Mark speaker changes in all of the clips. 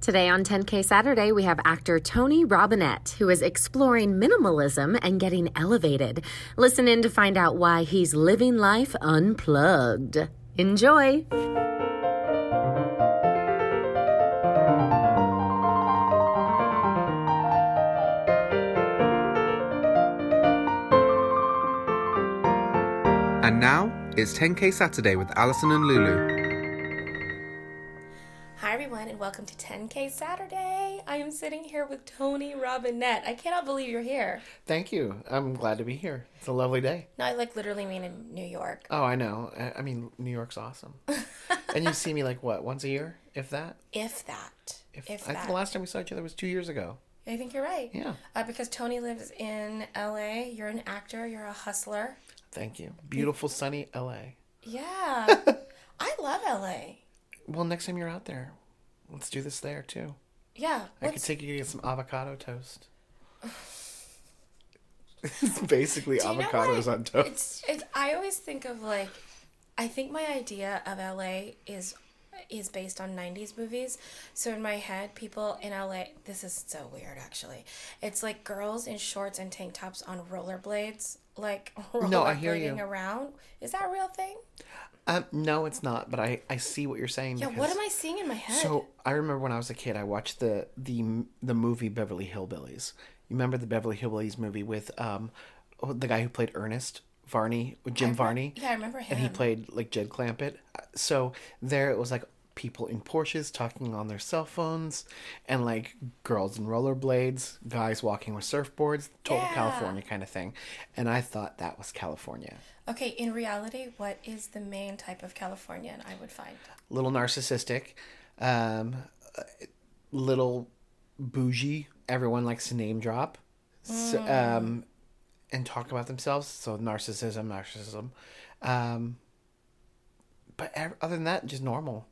Speaker 1: Today on 10K Saturday, we have actor Tony Robinette, who is exploring minimalism and getting elevated. Listen in to find out why he's living life unplugged. Enjoy!
Speaker 2: And now it's 10K Saturday with Alison and Lulu.
Speaker 3: Hi, everyone, and welcome to 10K Saturday. I am sitting here with Tony Robinette. I cannot believe you're here.
Speaker 4: Thank you. I'm glad to be here. It's a lovely day.
Speaker 3: No, I like literally mean in New York.
Speaker 4: Oh, I know. I, I mean, New York's awesome. and you see me like what once a year, if that.
Speaker 3: If that. If,
Speaker 4: I
Speaker 3: that.
Speaker 4: think the last time we saw each other was two years ago.
Speaker 3: I think you're right.
Speaker 4: Yeah.
Speaker 3: Uh, because Tony lives in LA. You're an actor, you're a hustler.
Speaker 4: Thank you. Beautiful sunny L.A.
Speaker 3: Yeah. I love LA.
Speaker 4: Well, next time you're out there, let's do this there too.
Speaker 3: Yeah.
Speaker 4: I could
Speaker 3: What's,
Speaker 4: take you to get some avocado toast. it's basically
Speaker 3: Do you know what
Speaker 4: avocados
Speaker 3: I-
Speaker 4: on toast.
Speaker 3: it's, it's, I always think of like, I think my idea of LA is is based on 90s movies. So in my head, people in LA, this is so weird actually. It's like girls in shorts and tank tops on rollerblades, like rollerblading
Speaker 4: No, I hear you.
Speaker 3: around. Is that a real thing?
Speaker 4: Um, no, it's not. But I I see what you're saying.
Speaker 3: Yeah, what am I seeing in my head?
Speaker 4: So I remember when I was a kid, I watched the the the movie Beverly Hillbillies. You remember the Beverly Hillbillies movie with um oh, the guy who played Ernest Varney, with Jim Varney,
Speaker 3: yeah, I remember him.
Speaker 4: and he played like Jed Clampett. Uh, So there it was like people in Porsches talking on their cell phones, and like girls in rollerblades, guys walking with surfboards, total
Speaker 3: Yeah.
Speaker 4: California kind of thing. And I thought that was California.
Speaker 3: okay, in reality, what is the main type of Californian I would find?
Speaker 4: little narcissistic, um, uh, little bougie. Everyone likes to name drop, so, um, and talk about themselves. So narcissism, narcissism. Um, but ev- other than that, just normal.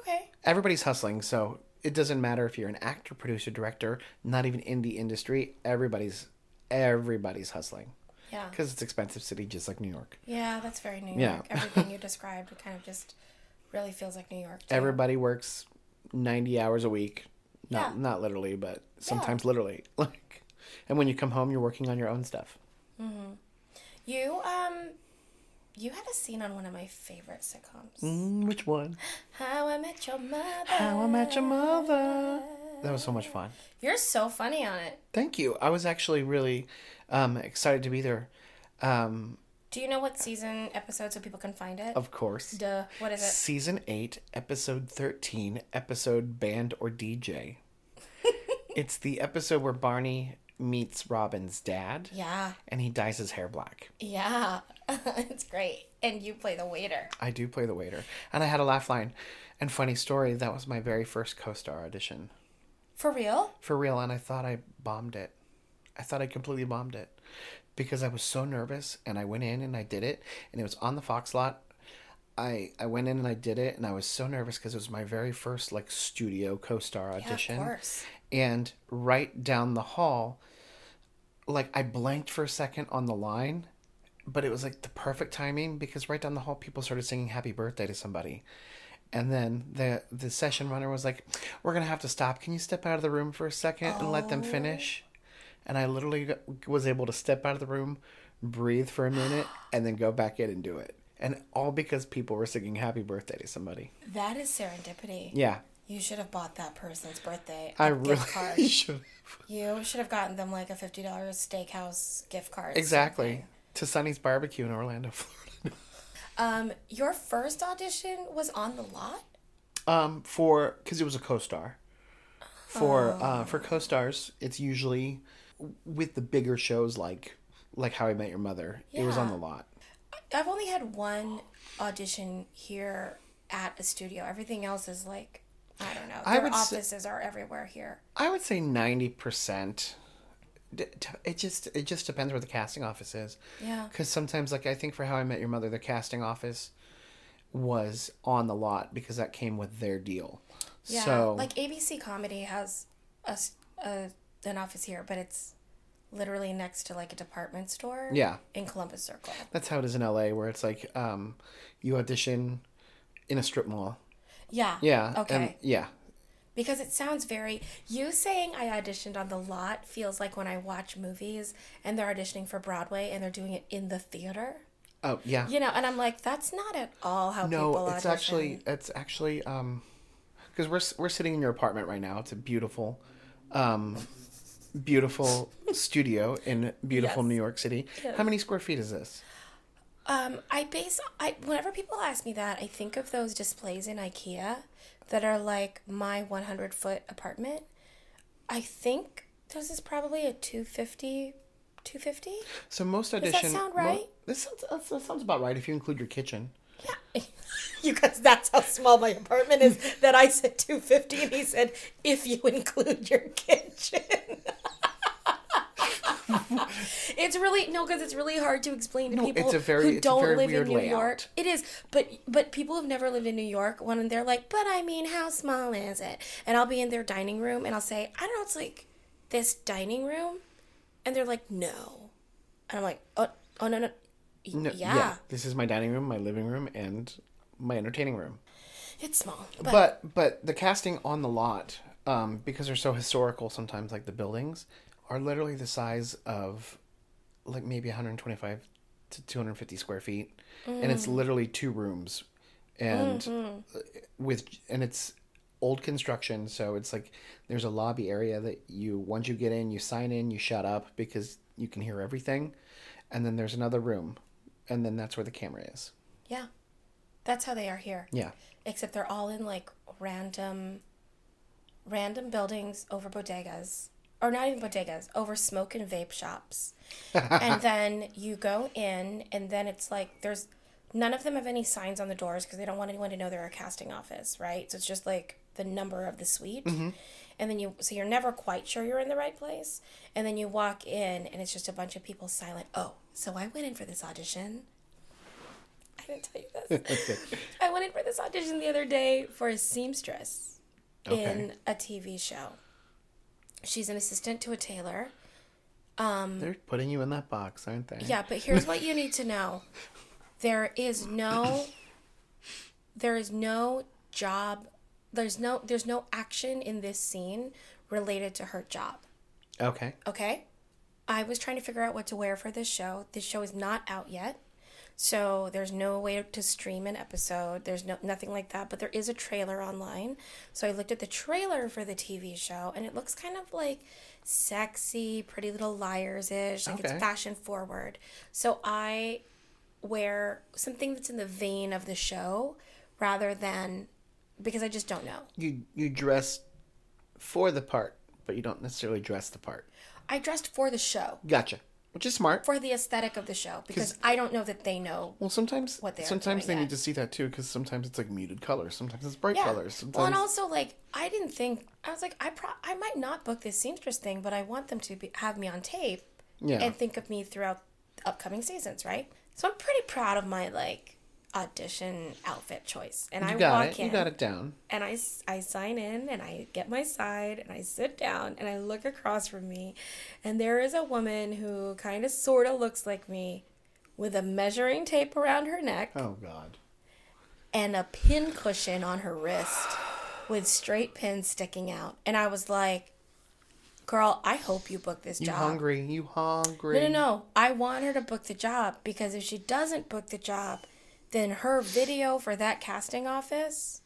Speaker 3: Okay.
Speaker 4: Everybody's hustling, so it doesn't matter if you're an actor, producer, director, not even in the industry. Everybody's everybody's hustling
Speaker 3: Yeah.
Speaker 4: because it's expensive city, just like New York.
Speaker 3: Yeah, that's very New York.
Speaker 4: Yeah.
Speaker 3: Everything you described kind of just really feels like New York. too.
Speaker 4: everybody works 90 hours a week not
Speaker 3: Yeah.
Speaker 4: not literally but sometimes literally like and when you come home you're working on your own stuff
Speaker 3: You um you had a scene on one of my favorite sitcoms.
Speaker 4: mm, which one
Speaker 3: How I Met Your Mother.
Speaker 4: how i met your mother that was so much fun
Speaker 3: You're so funny on it.
Speaker 4: thank you i was actually really um, excited to be there um,
Speaker 3: Do you know what season episode so people can find it?
Speaker 4: of course
Speaker 3: Duh. What is it?
Speaker 4: season 8 episode 13 episode band or dj it's the episode where barney meets robin's dad
Speaker 3: Yeah.
Speaker 4: and he dyes his hair black
Speaker 3: Yeah. it's great. And you play the waiter.
Speaker 4: I do play the waiter. And I had a laugh line. And funny story, that was my very first co star audition.
Speaker 3: For real?
Speaker 4: For real, and I thought I bombed it. I thought I completely bombed it. Because I was so nervous and I went in and I did it and it was on the Fox lot. I, I went in and I did it and I was so nervous because it was my very first like studio co star audition.
Speaker 3: Yeah, of course.
Speaker 4: And right down the hall, like I blanked for a second on the line, but it was like the perfect timing because right down the hall people started singing happy birthday to somebody. And then the the session runner was like, "We're going to have to stop. Can you step out of the room for a second and let them finish?" And I literally g- was able to step out of the room, breathe for a minute, and then go back in and do it. And all because people were singing happy birthday to somebody.
Speaker 3: That is serendipity.
Speaker 4: Yeah.
Speaker 3: You should have bought that person's birthday.
Speaker 4: I
Speaker 3: a gift
Speaker 4: really
Speaker 3: card.
Speaker 4: should.
Speaker 3: You should have gotten them like a fifty dollars steakhouse gift card.
Speaker 4: Exactly. To Sonny's Barbecue in Orlando, Florida.
Speaker 3: Um, your first audition was on the lot.
Speaker 4: Um, for because it was a co-star. For uh, for co-stars, it's usually with the bigger shows like like How I Met Your Mother. It was on
Speaker 3: Yeah.
Speaker 4: the lot.
Speaker 3: I've only had one audition here at a studio. Everything else is like, I don't know.
Speaker 4: I
Speaker 3: Their
Speaker 4: would s-
Speaker 3: offices are everywhere here.
Speaker 4: I would say ninety percent. It just it just depends where the casting office is.
Speaker 3: Yeah.
Speaker 4: Because sometimes, like I think for How I Met Your Mother, the casting office was on the lot because that came with their deal.
Speaker 3: Yeah.
Speaker 4: So
Speaker 3: Like ABC Comedy has a, s- a- an office here, but it's literally next to like a department store.
Speaker 4: Yeah.
Speaker 3: In Columbus Circle.
Speaker 4: That's how it is in LA, where it's like um, you audition in a strip mall.
Speaker 3: Yeah.
Speaker 4: Yeah. and-
Speaker 3: Okay.
Speaker 4: yeah.
Speaker 3: because it sounds very you saying i auditioned on the lot feels like when i watch movies and they're auditioning for broadway and they're doing it in the theater
Speaker 4: Oh yeah.
Speaker 3: you know and i'm like that's not at all how people
Speaker 4: no, it's
Speaker 3: audition
Speaker 4: actually it's actually um, because we're s- we're sitting in your apartment right now. It's a beautiful, um, beautiful studio in beautiful
Speaker 3: Yes.
Speaker 4: New York City. How many square feet is this?
Speaker 3: um i base i whenever people ask me that i think of those displays in ikea that are like my 100 foot apartment i think this is probably a 250 250
Speaker 4: So most audition.
Speaker 3: sound
Speaker 4: mo-
Speaker 3: right?
Speaker 4: this sounds that's- that sounds about right if you include your kitchen.
Speaker 5: You guys, that's how small my apartment is. That I said 250, and he said, if you include your kitchen.
Speaker 3: It's really no, because it's really hard to explain to
Speaker 4: No,
Speaker 3: people
Speaker 4: it's a very-
Speaker 3: who
Speaker 4: it's a
Speaker 3: don't
Speaker 4: very
Speaker 3: live in
Speaker 4: weird
Speaker 3: New York.
Speaker 4: layout.
Speaker 3: It is, but but people who've never lived in New York, when they're like, "But I mean, how small is it?" And I'll be in their dining room, and I'll say, "I don't know, it's like this dining room," and they're like, "No," and I'm like, "Oh, oh no, no, Y-
Speaker 4: No,
Speaker 3: yeah,
Speaker 4: This is my dining room, my living room, and my entertaining room.
Speaker 3: it's small." But,
Speaker 4: But but the casting on the lot, um, because they're so historical sometimes, like the buildings, are literally the size of like maybe 125 to 250 square feet, and it's literally two rooms, and with and it's old construction, so it's like there's a lobby area that you once you get in, you sign in, you shut up because you can hear everything, and then there's another room, and then that's where the camera is.
Speaker 3: yeah, that's how they are here.
Speaker 4: Yeah.
Speaker 3: except they're all in like random random buildings over bodegas or not even bodegas over smoke and vape shops and then you go in and then it's like there's none of them have any signs on the doors because they don't want anyone to know they're a casting office right so it's just like the number of the suite and then you so you're never quite sure you're in the right place and then you walk in and it's just a bunch of people silent oh so i went in for this audition i didn't tell you this I went in for this audition the other day for a seamstress in a TV show. She's an assistant to a tailor.
Speaker 4: They're putting you in that box, aren't they?
Speaker 3: Yeah, but here's what you need to know. There is no there is no job there's no there's no action in this scene related to her job.
Speaker 4: Okay.
Speaker 3: Okay? I was trying to figure out what to wear for this show. This show is not out yet. So there's no way to stream an episode. There's no nothing like that, but there is a trailer online. So I looked at the trailer for the TV show and it looks kind of like sexy, pretty little liars-ish, like
Speaker 4: Okay.
Speaker 3: it's fashion forward. So I wear something that's in the vein of the show rather than because I just don't know.
Speaker 4: you you dress for the part, but you don't necessarily dress the part.
Speaker 3: I dressed for the show.
Speaker 4: Gotcha. Which is smart.
Speaker 3: for the aesthetic of the show because I don't know that they know.
Speaker 4: well, sometimes
Speaker 3: What they are
Speaker 4: sometimes
Speaker 3: doing,
Speaker 4: they
Speaker 3: yeah.
Speaker 4: need to see that too, because sometimes it's like muted colors, sometimes it's bright
Speaker 3: Yeah.
Speaker 4: colors. Sometimes...
Speaker 3: Well, and also like I didn't think I was like I pro- I might not book this seamstress thing, but I want them to be- have me on tape
Speaker 4: Yeah.
Speaker 3: and think of me throughout upcoming seasons, right? So I'm pretty proud of my like audition outfit choice, and I
Speaker 4: you got
Speaker 3: walk
Speaker 4: it.
Speaker 3: in.
Speaker 4: You got it down.
Speaker 3: and I, s- I sign in and I get my side and I sit down and I look across from me and there is a woman who kind of sort of looks like me with a measuring tape around her neck
Speaker 4: Oh God.
Speaker 3: and a pin cushion on her wrist with straight pins sticking out and I was like girl I hope you book this
Speaker 4: You
Speaker 3: job
Speaker 4: hungry? You hungry?
Speaker 3: no, no, no. I want her to book the job because if she doesn't book the job, then her video for that casting office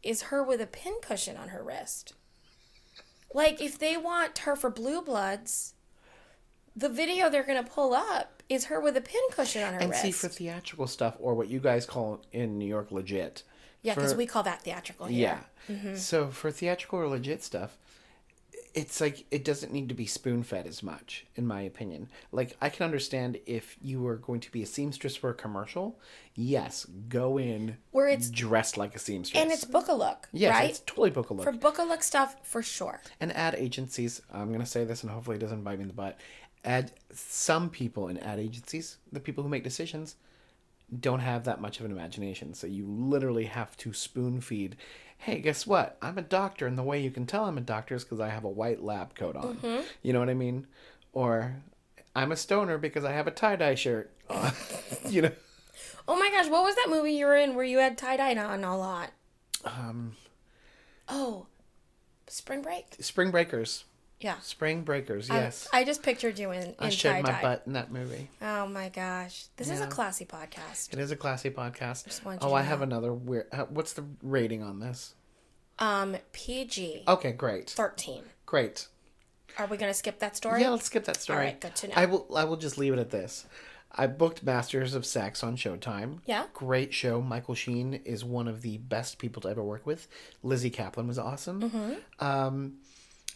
Speaker 3: is her with a pincushion on her wrist. Like, if they want her for Blue Bloods, the video they're going to pull up is her with a pincushion on her
Speaker 4: And
Speaker 3: wrist.
Speaker 4: see for theatrical stuff, or what you guys call in New York legit.
Speaker 3: yeah, because
Speaker 4: for-
Speaker 3: we call that theatrical here.
Speaker 4: Yeah.
Speaker 3: Mm-hmm.
Speaker 4: So for theatrical or legit stuff, it's like it doesn't need to be spoon fed as much, in my opinion. Like I can understand if you were going to be a seamstress for a commercial, yes, go in
Speaker 3: Where it's-
Speaker 4: dressed like a seamstress.
Speaker 3: And it's book a look,
Speaker 4: yes,
Speaker 3: right?
Speaker 4: it's totally book a look.
Speaker 3: for book a look stuff, for sure.
Speaker 4: And ad agencies, I'm gonna say this, and hopefully it doesn't bite me in the butt. Ad some people in ad agencies, the people who make decisions, don't have that much of an imagination. So you literally have to spoon feed. Hey, guess what? I'm a doctor, and the way you can tell I'm a doctor is because I have a white lab coat on.
Speaker 3: Mm-hmm.
Speaker 4: You know what I mean? Or I'm a stoner because I have a tie dye shirt. on." you know,
Speaker 3: Oh my gosh, what was that movie you were in where you had tie dye on a lot? Um. Oh, Spring break.
Speaker 4: Spring Breakers.
Speaker 3: Yeah.
Speaker 4: Spring Breakers,
Speaker 3: I-
Speaker 4: yes. I,
Speaker 3: I, just pictured you in, in
Speaker 4: showed
Speaker 3: tie
Speaker 4: my
Speaker 3: dye.
Speaker 4: butt in that movie.
Speaker 3: Oh my gosh, this is a
Speaker 4: Yeah.
Speaker 3: classy podcast.
Speaker 4: It is a classy podcast.
Speaker 3: wanted you
Speaker 4: Oh,
Speaker 3: to
Speaker 4: I have
Speaker 3: know.
Speaker 4: another weird. uh, What's the rating on this?
Speaker 3: Um, PG
Speaker 4: Okay, great,
Speaker 3: thirteen.
Speaker 4: great.
Speaker 3: Are we gonna skip that story?
Speaker 4: Yeah, let's skip that story.
Speaker 3: Alright, good to know.
Speaker 4: I will. I will just leave it at this. I booked Masters of Sex on Showtime.
Speaker 3: Yeah.
Speaker 4: great show. Michael Sheen is one of the best people to ever work with. Lizzie Kaplan was awesome.
Speaker 3: Mm-hmm.
Speaker 4: Um,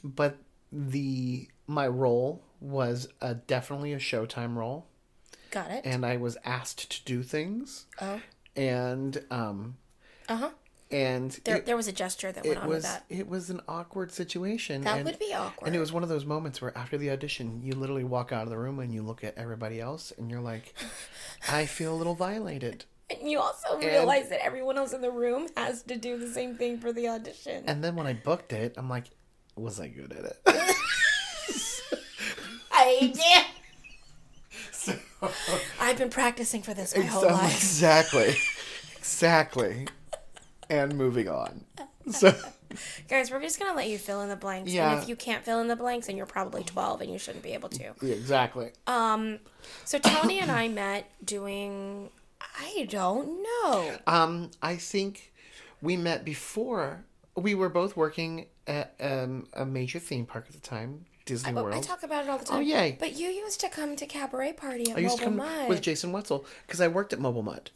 Speaker 4: but the my role was a, definitely a Showtime role,
Speaker 3: Got it.
Speaker 4: and I was asked to do things,
Speaker 3: oh,
Speaker 4: and um,
Speaker 3: uh huh.
Speaker 4: and
Speaker 3: There,
Speaker 4: it-
Speaker 3: there was a gesture that went
Speaker 4: it
Speaker 3: on
Speaker 4: was
Speaker 3: with that.
Speaker 4: it was an awkward situation.
Speaker 3: That
Speaker 4: and-
Speaker 3: would be awkward.
Speaker 4: And it was one of those moments where after the audition, you literally walk out of the room and you look at everybody else and you're like, I feel a little violated.
Speaker 3: And you also realize that everyone else in the room has to do the same thing for the audition.
Speaker 4: And then when I booked it, I'm like, was I good at it?
Speaker 5: I did.
Speaker 3: I've been practicing for this my whole
Speaker 4: So I'm like,
Speaker 3: life.
Speaker 4: exactly. Exactly. And moving on. So
Speaker 3: Guys, we're just going to let you fill in the blanks. And
Speaker 4: Yeah.
Speaker 3: if you can't fill in the blanks, then you're probably 12 and you shouldn't be able to.
Speaker 4: yeah, exactly.
Speaker 3: So Tony and I met doing, I don't know.
Speaker 4: Um, I think we met before. We were both working at um, a major theme park at the time, Disney
Speaker 3: But
Speaker 4: World.
Speaker 3: Oh, I talk about it all the time.
Speaker 4: Oh, yay.
Speaker 3: But you used to come to Cabaret Party at
Speaker 4: I used
Speaker 3: Mobile
Speaker 4: to come
Speaker 3: Mud.
Speaker 4: with Jason Wetzel because I worked at Mobile Mud.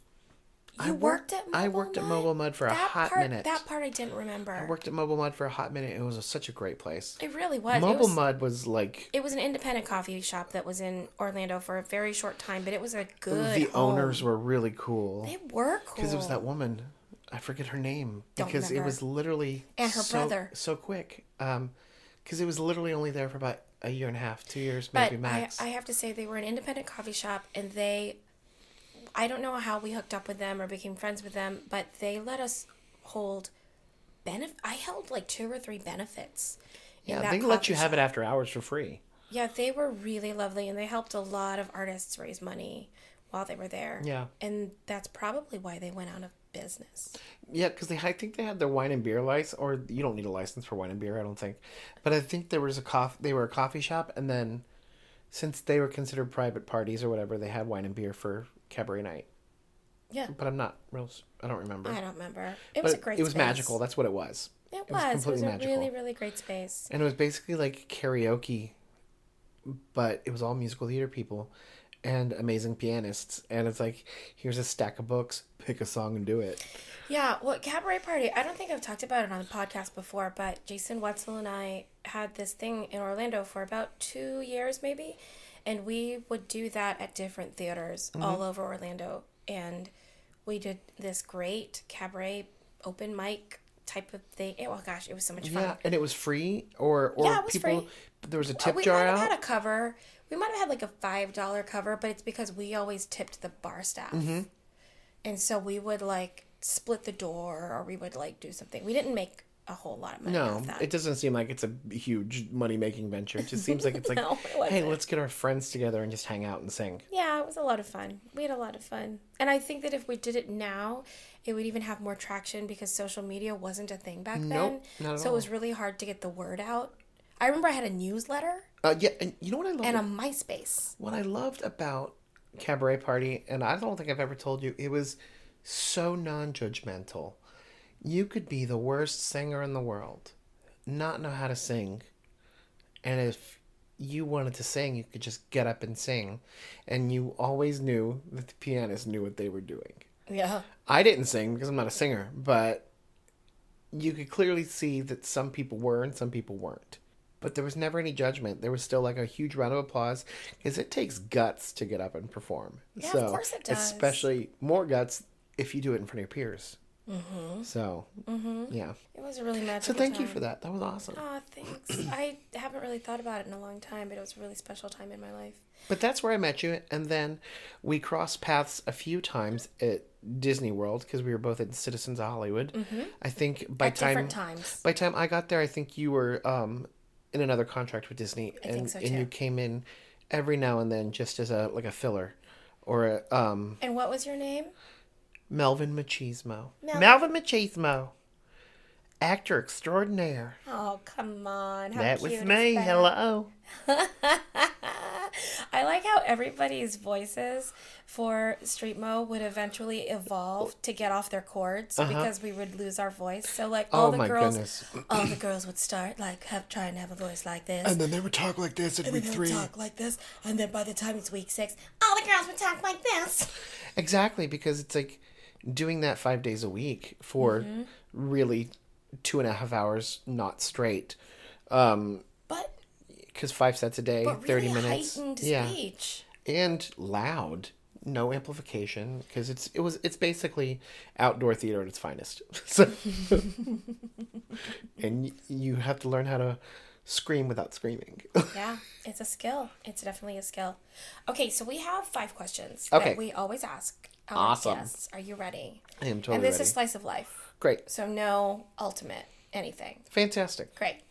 Speaker 3: you worked, at Mobile
Speaker 4: I worked at Mobile Mud for a
Speaker 3: That
Speaker 4: hot
Speaker 3: part,
Speaker 4: minute.
Speaker 3: That part I didn't remember.
Speaker 4: I worked at Mobile Mud for a hot minute. It was a- such a great place.
Speaker 3: it really was. it
Speaker 4: Mobile
Speaker 3: was
Speaker 4: Mud was like
Speaker 3: it was an independent coffee shop that was in Orlando for a very short time, but it was a good.
Speaker 4: the
Speaker 3: home.
Speaker 4: owners were really cool
Speaker 3: They were cool.
Speaker 4: because it was that woman. I forget her name
Speaker 3: Don't
Speaker 4: because
Speaker 3: remember.
Speaker 4: it was literally
Speaker 3: And her
Speaker 4: so,
Speaker 3: brother.
Speaker 4: so quick. Um, because it was literally only there for about a year and a half, two years
Speaker 3: But
Speaker 4: maybe max.
Speaker 3: I, I have to say, they were an independent coffee shop, and they. I don't know how we hooked up with them or became friends with them, but they let us hold. Benef- I held like two or three benefits. in
Speaker 4: yeah,
Speaker 3: that
Speaker 4: they let
Speaker 3: coffee
Speaker 4: you have it after hours for free.
Speaker 3: Yeah, they were really lovely and they helped a lot of artists raise money while they were there.
Speaker 4: Yeah.
Speaker 3: And that's probably why they went out of business.
Speaker 4: Yeah, because they I think they had their wine and beer license, or you don't need a license for wine and beer, I don't think. But I think there was a coffee. They were a coffee shop, and then since they were considered private parties or whatever, they had wine and beer for cabaret night.
Speaker 3: Yeah.
Speaker 4: But I'm not real. s- I don't remember.
Speaker 3: I don't remember.
Speaker 4: but
Speaker 3: It was a great
Speaker 4: It was
Speaker 3: space.
Speaker 4: magical. That's what it was.
Speaker 3: It was. It was,
Speaker 4: completely
Speaker 3: a
Speaker 4: magical.
Speaker 3: really, really great space.
Speaker 4: And it was basically like karaoke, but it was all musical theater people and amazing pianists. And it's like, here's a stack of books, pick a song and do it.
Speaker 3: Yeah, well, Cabaret Party, I don't think I've talked about it on the podcast before, but Jason Wetzel and I had this thing in Orlando for about two years, maybe. And we would do that at different theaters all over Orlando. And we did this great cabaret open mic type of thing. It, oh, gosh, it was so much fun.
Speaker 4: Yeah, and it was free, or or
Speaker 3: Yeah, it was
Speaker 4: people.
Speaker 3: free.
Speaker 4: There was a tip
Speaker 3: Uh, we
Speaker 4: jar
Speaker 3: might have
Speaker 4: out.
Speaker 3: had a cover. We might have had like a five dollar cover, but it's because we always tipped the bar staff,
Speaker 4: Mm-hmm.
Speaker 3: and so we would like split the door, or we would like do something. We didn't make a whole lot of money
Speaker 4: No,
Speaker 3: off that.
Speaker 4: it doesn't seem like it's a huge money making venture. It just seems like it's like,
Speaker 3: No, it
Speaker 4: hey,
Speaker 3: wasn't.
Speaker 4: let's get our friends together and just hang out and sing.
Speaker 3: yeah, it was a lot of fun. We had a lot of fun, and I think that if we did it now, it would even have more traction because social media wasn't a thing back
Speaker 4: Nope,
Speaker 3: then.
Speaker 4: not at
Speaker 3: so it was really hard to get the word out. I remember I had a newsletter
Speaker 4: Uh, yeah, and you know what I loved?
Speaker 3: and a MySpace.
Speaker 4: what I loved about Cabaret Party, and I don't think I've ever told you, it was so non judgmental. You could be the worst singer in the world, not know how to sing, and if you wanted to sing, you could just get up and sing, and you always knew that the pianist knew what they were doing.
Speaker 3: Yeah.
Speaker 4: I didn't sing because I'm not a singer, but you could clearly see that some people were and some people weren't. But there was never any judgment. There was still like a huge round of applause because it takes guts to get up and perform. Yeah,
Speaker 3: of course it does.
Speaker 4: Especially more guts if you do it in front of your peers. Mm-hmm. So, yeah.
Speaker 3: It was a really magical.
Speaker 4: So thank you
Speaker 3: time.
Speaker 4: for that. That was awesome.
Speaker 3: Aw, thanks. I haven't really thought about it in a long time, but it was a really special time in my life.
Speaker 4: But that's where I met you, and then we crossed paths a few times at Disney World because we were both at Citizens of Hollywood. I think by
Speaker 3: Mm-hmm. At
Speaker 4: time
Speaker 3: different times.
Speaker 4: by time I got there, I think you were um, in another contract with Disney, and
Speaker 3: so,
Speaker 4: and you
Speaker 3: too.
Speaker 4: came in every now and then just as a like a filler or a, um,
Speaker 3: And what was your name?
Speaker 4: Melvin Machismo.
Speaker 3: Mel-
Speaker 4: Melvin Machismo. actor extraordinaire.
Speaker 5: Oh, come on. How
Speaker 4: that
Speaker 5: cute
Speaker 4: was
Speaker 5: is
Speaker 4: me.
Speaker 5: that?
Speaker 4: Hello.
Speaker 3: I like how everybody's voices for Street Mo would eventually evolve to get off their chords because we would lose our voice. So like
Speaker 4: Uh-huh.
Speaker 3: all
Speaker 4: Oh,
Speaker 3: the
Speaker 4: my
Speaker 3: girls,
Speaker 4: goodness.
Speaker 3: all the girls would start like have try and have a voice like this.
Speaker 4: then they would talk like this at
Speaker 3: and they would talk like this, and then by the time it's week six, all the girls would talk like this.
Speaker 4: Exactly, because it's like doing that five days a week for
Speaker 3: Mm-hmm.
Speaker 4: really two and a half hours, not straight. Um,
Speaker 3: But,
Speaker 4: because five sets a day,
Speaker 3: but
Speaker 4: thirty
Speaker 3: really
Speaker 4: minutes,
Speaker 3: heightened
Speaker 4: yeah,
Speaker 3: speech.
Speaker 4: and loud, no amplification, because it's it was it's basically outdoor theater at its finest. so, and y- you have to learn how to scream without screaming.
Speaker 3: Yeah, it's a skill. It's definitely a skill. Okay, so we have five questions
Speaker 4: Okay.
Speaker 3: that we always ask. Our
Speaker 4: Awesome.
Speaker 3: Guests. Are you ready?
Speaker 4: I am totally
Speaker 3: and this
Speaker 4: ready.
Speaker 3: is slice of life,
Speaker 4: Great,
Speaker 3: so no ultimate anything.
Speaker 4: fantastic.
Speaker 3: Great.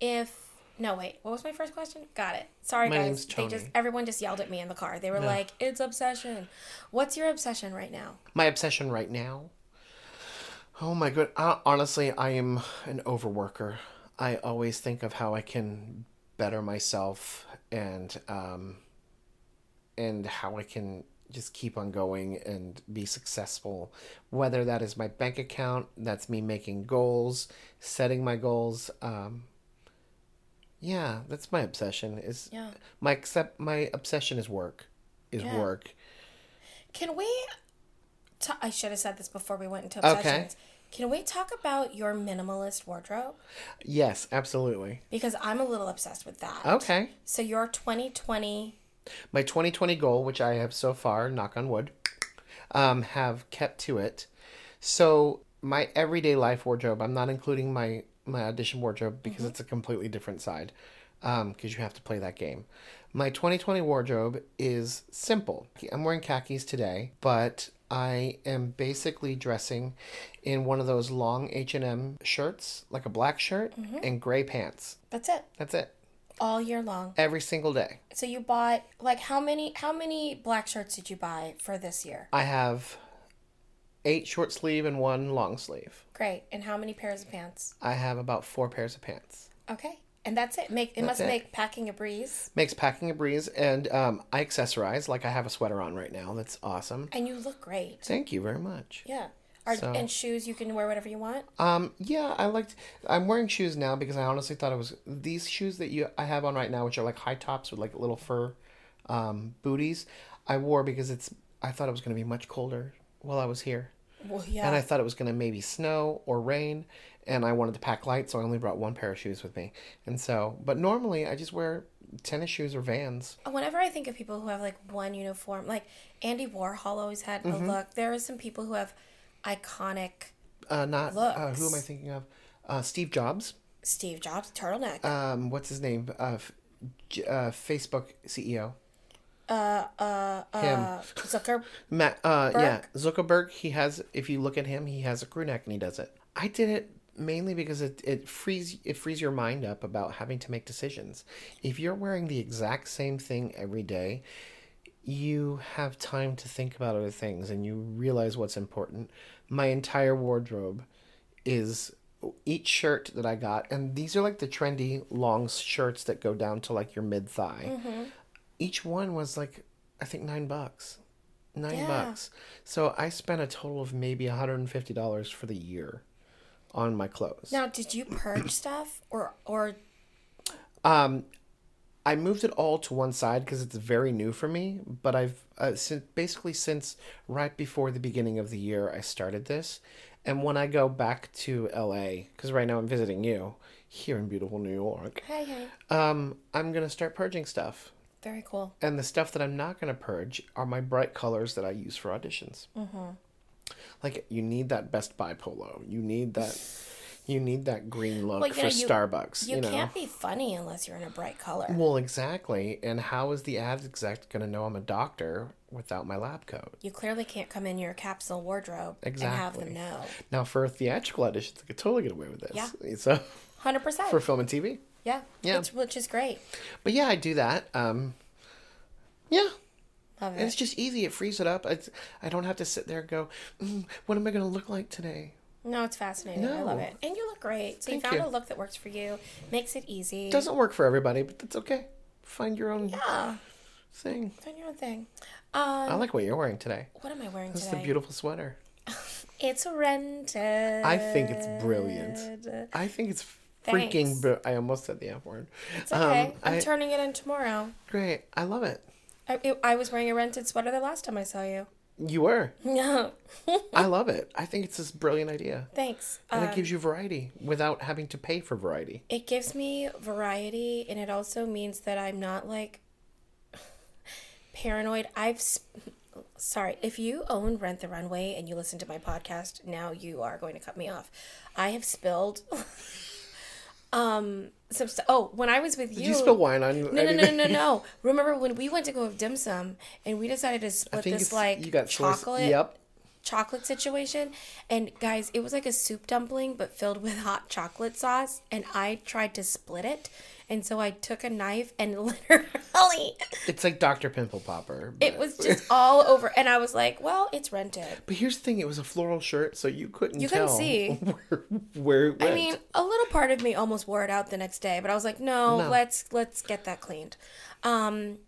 Speaker 3: If no, wait. What was my first question? Got it. Sorry,
Speaker 4: My
Speaker 3: guys.
Speaker 4: name's
Speaker 3: They just
Speaker 4: Tony.
Speaker 3: everyone just yelled at me in the car. They were like, "It's obsession." What's your obsession right now?
Speaker 4: my obsession right now oh my good uh, honestly i am an overworker i always think of how i can better myself and um and how i can just keep on going and be successful whether that is my bank account that's me making goals setting my goals um yeah that's my obsession is
Speaker 3: Yeah.
Speaker 4: my except my obsession is work is
Speaker 3: Yeah.
Speaker 4: work
Speaker 3: Can we? ta- I should have said this before we went into
Speaker 4: Okay.
Speaker 3: obsessions. Can we talk about your minimalist wardrobe?
Speaker 4: yes absolutely
Speaker 3: Because I'm a little obsessed with that.
Speaker 4: okay
Speaker 3: So your 2020.
Speaker 4: my 2020 goal, which I have so far, knock on wood, um, have kept to it. So my everyday life wardrobe, I'm not including my my audition wardrobe because it's a completely different side, because you have to play that game. My 2020 wardrobe is simple. I'm wearing khakis today, but I am basically dressing in one of those long H&M shirts, like a black shirt and gray pants.
Speaker 3: That's it.
Speaker 4: That's it.
Speaker 3: All year long.
Speaker 4: Every single day.
Speaker 3: So you bought like how many how many black shirts did you buy for this year?
Speaker 4: I have eight short sleeve and one long sleeve.
Speaker 3: Great. And how many pairs of pants?
Speaker 4: I have about four pairs of pants.
Speaker 3: Okay. And that's it. Make it must
Speaker 4: it.
Speaker 3: make packing a breeze.
Speaker 4: Makes packing a breeze, and um, I accessorize. Like I have a sweater on right now. That's awesome.
Speaker 3: And you look great.
Speaker 4: Thank you very much.
Speaker 3: Yeah. Are,
Speaker 4: So-
Speaker 3: And shoes you can wear whatever you want.
Speaker 4: Um, yeah, I liked. I'm wearing shoes now because I honestly thought it was these shoes that you I have on right now, which are like high tops with like little fur um, booties. I wore because it's. I thought it was going to be much colder while I was here.
Speaker 3: Well, yeah.
Speaker 4: and I thought it was going to maybe snow or rain, and I wanted to pack light, so I only brought one pair of shoes with me. And so, but normally I just wear tennis shoes or Vans.
Speaker 3: Whenever I think of people who have like one uniform, like Andy Warhol always had
Speaker 4: Mm-hmm.
Speaker 3: a look. There are some people who have iconic
Speaker 4: Uh, not uh, who am
Speaker 3: Looks.
Speaker 4: I thinking of? Uh, Steve Jobs.
Speaker 3: Steve Jobs turtleneck. Uh,
Speaker 4: Um, what's his name? Uh, F- J- uh, Facebook E CEO. Uh, uh, him.
Speaker 3: Zucker.
Speaker 4: Ma- uh, yeah, Zuckerberg. He has. If you look at him, he has a crew neck and he does it. I did it mainly because it it frees it frees your mind up about having to make decisions. If you're wearing the exact same thing every day, you have time to think about other things and you realize what's important. My entire wardrobe is each shirt that I got, and these are like the trendy long shirts that go down to like your mid thigh.
Speaker 3: Mm-hmm.
Speaker 4: Each one was like, I think nine bucks. Nine
Speaker 3: Yeah.
Speaker 4: bucks. So I spent a total of maybe $150 for the year on my clothes.
Speaker 3: Now, did you purge stuff or or
Speaker 4: I moved it all to one side because it's very new for me. But I've uh, since basically since right before the beginning of the year I started this, and when I go back to LA because right now I'm visiting you here in beautiful New York,
Speaker 3: hey hey?
Speaker 4: um, I'm gonna start purging stuff.
Speaker 3: Very cool.
Speaker 4: And the stuff that I'm not going to purge are my bright colors that I use for auditions. Mm-hmm. Like you need that Best Buy polo. You need that. You need that green look
Speaker 3: Well, you
Speaker 4: for
Speaker 3: know, you-
Speaker 4: Starbucks.
Speaker 3: You,
Speaker 4: You, know.
Speaker 3: can't be funny unless you're in a bright color.
Speaker 4: Well, exactly. And how is the ad exec going to know I'm a doctor without my lab coat?
Speaker 3: you clearly can't come in your capsule wardrobe and have
Speaker 4: Exactly.
Speaker 3: them know.
Speaker 4: Now, for theatrical auditions, I could totally get away with this.
Speaker 3: Yeah.
Speaker 4: So,
Speaker 3: Hundred percent.
Speaker 4: for film and TV.
Speaker 3: Yeah.
Speaker 4: Yeah.
Speaker 3: Which, which is great.
Speaker 4: But yeah, I do that. Um, yeah.
Speaker 3: Love
Speaker 4: And it's
Speaker 3: it.
Speaker 4: just easy. It frees it up. It's, I don't have to sit there and go, mm, what am I going to look like today?
Speaker 3: No, it's fascinating. I love
Speaker 4: No.
Speaker 3: it. And you look great. So
Speaker 4: Thank
Speaker 3: you found
Speaker 4: you.
Speaker 3: a look that works for you, makes it easy.
Speaker 4: Doesn't work for everybody, but that's okay. Find your own
Speaker 3: Ah,
Speaker 4: thing.
Speaker 3: find your own thing. Um,
Speaker 4: I like what you're wearing today.
Speaker 3: what am I wearing
Speaker 4: This is a
Speaker 3: today?
Speaker 4: beautiful sweater.
Speaker 3: it's rented.
Speaker 4: I think it's brilliant. I think it's
Speaker 3: Thanks.
Speaker 4: freaking. Br- I almost said the F word. Um,
Speaker 3: It's okay. I'm
Speaker 4: I-
Speaker 3: turning it in tomorrow.
Speaker 4: Great. I love it.
Speaker 3: I, it, I was wearing a rented sweater the last time I saw you.
Speaker 4: You were.
Speaker 3: No,
Speaker 4: I love it. I think it's this brilliant idea.
Speaker 3: thanks.
Speaker 4: And
Speaker 3: Um,
Speaker 4: it gives you variety without having to pay for variety.
Speaker 3: it gives me variety and it also means that i'm not like paranoid i've s- sorry if you own rent the runway and you listen to my podcast now you are going to cut me off i have spilled um some stu- oh when i was with you
Speaker 4: Did you spill wine on?
Speaker 3: no, no, no, no, no. Remember when we went to go have dim sum and we decided to
Speaker 4: I
Speaker 3: split
Speaker 4: think
Speaker 3: this
Speaker 4: it's,
Speaker 3: like
Speaker 4: you got choice-
Speaker 3: chocolate
Speaker 4: Yep.
Speaker 3: chocolate situation and guys it was like a soup dumpling but filled with hot chocolate sauce and i tried to split it and so i took a knife and literally
Speaker 4: It's like Dr. Pimple Popper.
Speaker 3: it was just all over and i was like well it's rented
Speaker 4: But here's the thing: it was a floral shirt, so you couldn't.
Speaker 3: You couldn't
Speaker 4: tell
Speaker 3: see.
Speaker 4: where, where it went.
Speaker 3: i mean a little part of me almost wore it out the next day but i was like no,
Speaker 4: No.
Speaker 3: let's let's get that cleaned um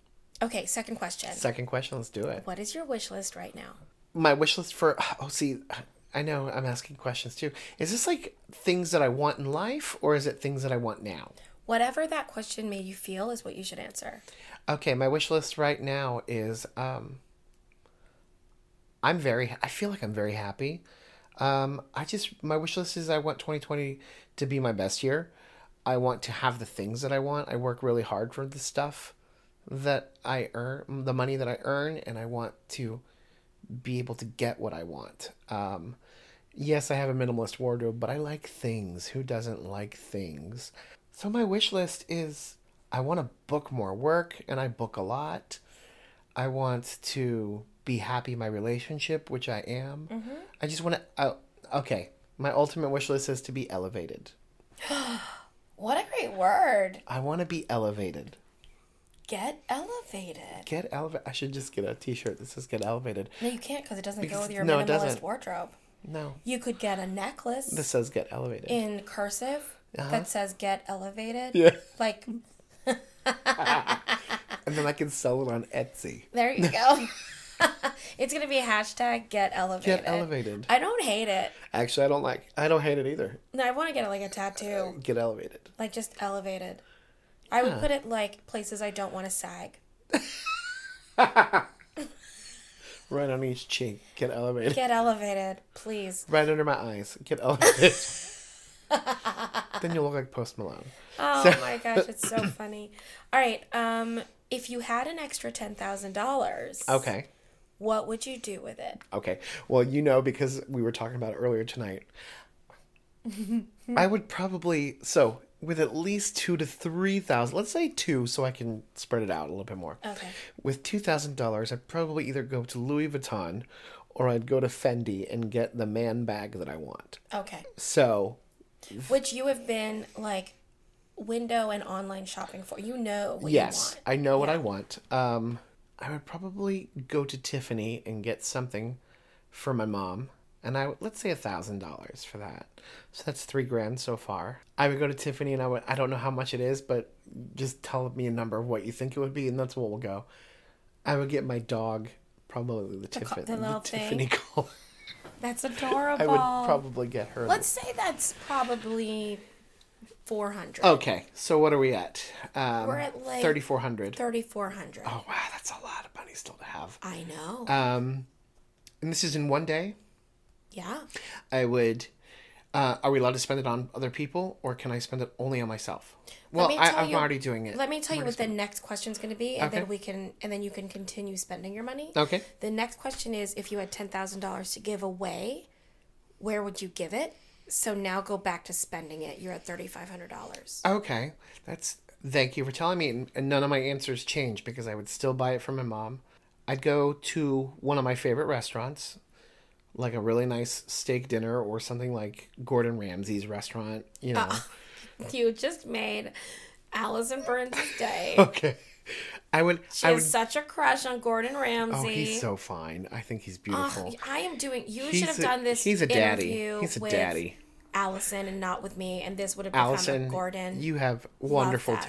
Speaker 3: okay second question
Speaker 4: second question. Let's do it.
Speaker 3: what is your wish list right now
Speaker 4: My wish list for oh, see, I know I'm asking questions too. Is this like things that I want in life, or is it things that I want now?
Speaker 3: whatever that question made you feel is what you should answer
Speaker 4: Okay, my wish list right now is um I'm very I feel like I'm very happy. Um I just my wish list is I want 2020 to be my best year. I want to have the things that I want. I work really hard for the stuff that I earn, the money that I earn and I want to be able to get what I want. Um yes, I have a minimalist wardrobe, but I like things. Who doesn't like things? So my wish list is I want to book more work and I book a lot. I want to be happy in my relationship, which I am. I just want to oh, okay. My ultimate wish list is to be elevated.
Speaker 3: what a great word
Speaker 4: I want to be elevated.
Speaker 3: get elevated
Speaker 4: Get elevated. I should just get a t-shirt that says get elevated.
Speaker 3: no you can't because it doesn't go
Speaker 4: Because-
Speaker 3: with your
Speaker 4: no, it
Speaker 3: minimalist
Speaker 4: doesn't.
Speaker 3: wardrobe
Speaker 4: No.
Speaker 3: You could get a necklace
Speaker 4: This says get elevated.
Speaker 3: in cursive that says get elevated.
Speaker 4: Yeah.
Speaker 3: Like,
Speaker 4: and then I can sell it on Etsy.
Speaker 3: there you go. it's going to be hashtag get
Speaker 4: Get
Speaker 3: elevated.
Speaker 4: elevated.
Speaker 3: I don't hate it.
Speaker 4: Actually, I don't like I don't hate it either.
Speaker 3: No, I want to get like a tattoo.
Speaker 4: Get elevated.
Speaker 3: Like, just elevated. I would put it like places I don't want to sag.
Speaker 4: Right on each cheek. Get elevated.
Speaker 3: Get elevated, please.
Speaker 4: right under my eyes. Get elevated. then you'll look like Post Malone.
Speaker 3: Oh my gosh, it's so funny. All right. Um, if you had an extra $10,000,
Speaker 4: Okay.
Speaker 3: what would you do with it?
Speaker 4: Okay. Well, you know, because we were talking about it earlier tonight, I would probably, so with at least two to 3,000, let's say two, so I can spread it out a little bit more.
Speaker 3: Okay.
Speaker 4: With $2,000, I'd probably either go to Louis Vuitton or I'd go to Fendi and get the man bag that I want.
Speaker 3: Okay.
Speaker 4: So
Speaker 3: which you have been like window and online shopping for. You know what
Speaker 4: yes
Speaker 3: you want.
Speaker 4: i know what i want um i would probably go to tiffany and get something for my mom and i would let's say a thousand dollars for that so that's three grand so far i would go to tiffany and i would i don't know how much it is but just tell me a number of what you think it would be and that's what we'll go i would get my dog probably the,
Speaker 3: co-
Speaker 4: Tiffany
Speaker 3: the little thing.
Speaker 4: tiffany collar
Speaker 3: That's adorable.
Speaker 4: i would probably get her
Speaker 3: Let's say that's probably 400.
Speaker 4: okay so what are we at um
Speaker 3: We're at, like,
Speaker 4: 3400
Speaker 3: 3400.
Speaker 4: oh wow that's a lot of money still to have
Speaker 3: I know.
Speaker 4: Um, and this is in one day.
Speaker 3: yeah.
Speaker 4: I would. Uh, are we allowed to spend it on other people, or can I spend it only on myself? Well,
Speaker 3: me
Speaker 4: I,
Speaker 3: tell
Speaker 4: I'm
Speaker 3: you-
Speaker 4: already doing it.
Speaker 3: Let me tell you what the next question's going to be and then
Speaker 4: Okay.
Speaker 3: we can and then you can continue spending your money.
Speaker 4: Okay.
Speaker 3: The next question is if you had $10,000 to give away, where would you give it? So now go back to spending it. You're at $3500.
Speaker 4: Okay, that's. Thank you for telling me. And- And none of my answers changed because I would still buy it from my mom. I'd go to one of my favorite restaurants, like a really nice steak dinner or something like Gordon Ramsay's restaurant. You
Speaker 3: Uh-uh.
Speaker 4: know.
Speaker 3: You just made Allison Burns' day.
Speaker 4: Okay. I would.
Speaker 3: She
Speaker 4: Oh, I
Speaker 3: has
Speaker 4: would.
Speaker 3: such a crush on Gordon Ramsay.
Speaker 4: oh, he's so fine. I think he's beautiful.
Speaker 3: Ugh, I am doing. You
Speaker 4: He's
Speaker 3: should have
Speaker 4: a-
Speaker 3: done this.
Speaker 4: he's a daddy.
Speaker 3: interview
Speaker 4: He's a
Speaker 3: with
Speaker 4: daddy.
Speaker 3: Allison and not with me, and this would have become
Speaker 4: Allison,
Speaker 3: Gordon.
Speaker 4: you have wonderful
Speaker 3: Fest.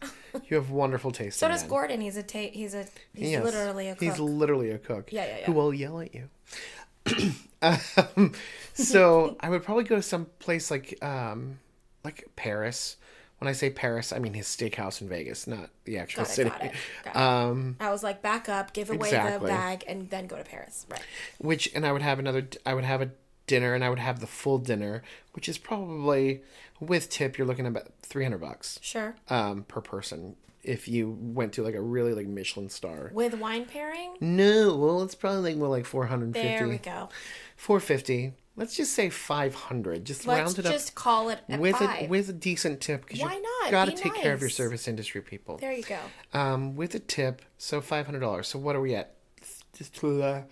Speaker 4: taste. You have wonderful taste.
Speaker 3: so
Speaker 4: in
Speaker 3: does
Speaker 4: men.
Speaker 3: Gordon. He's a ta- he's a he's
Speaker 4: Yes.
Speaker 3: literally a cook.
Speaker 4: He's literally a cook.
Speaker 3: Yeah, yeah, yeah.
Speaker 4: Who will yell at you? um, so I would probably go to some place like um, like Paris. When I say Paris, I mean his steakhouse in Vegas, not the actual
Speaker 3: Got it,
Speaker 4: city.
Speaker 3: got it, got it.
Speaker 4: Um,
Speaker 3: I was like, back up, give away
Speaker 4: Exactly.
Speaker 3: the bag, and then go to Paris. Right.
Speaker 4: which and I would have another. I would have a dinner, and I would have the full dinner, which is probably with tip. You're looking at about three hundred bucks
Speaker 3: Sure.
Speaker 4: um, per person if you went to like a really like Michelin star.
Speaker 3: With wine pairing.
Speaker 4: No, well, it's probably like more like four hundred fifty.
Speaker 3: There we go.
Speaker 4: 450 let's just say 500 just
Speaker 3: Let's
Speaker 4: round it up
Speaker 3: just call it at
Speaker 4: with a
Speaker 3: five.
Speaker 4: with a decent tip because
Speaker 3: Why not?
Speaker 4: gotta
Speaker 3: Be
Speaker 4: take care of your
Speaker 3: nice.
Speaker 4: service industry people
Speaker 3: there you go.
Speaker 4: um with a tip so $500 so what are we at Just, uh,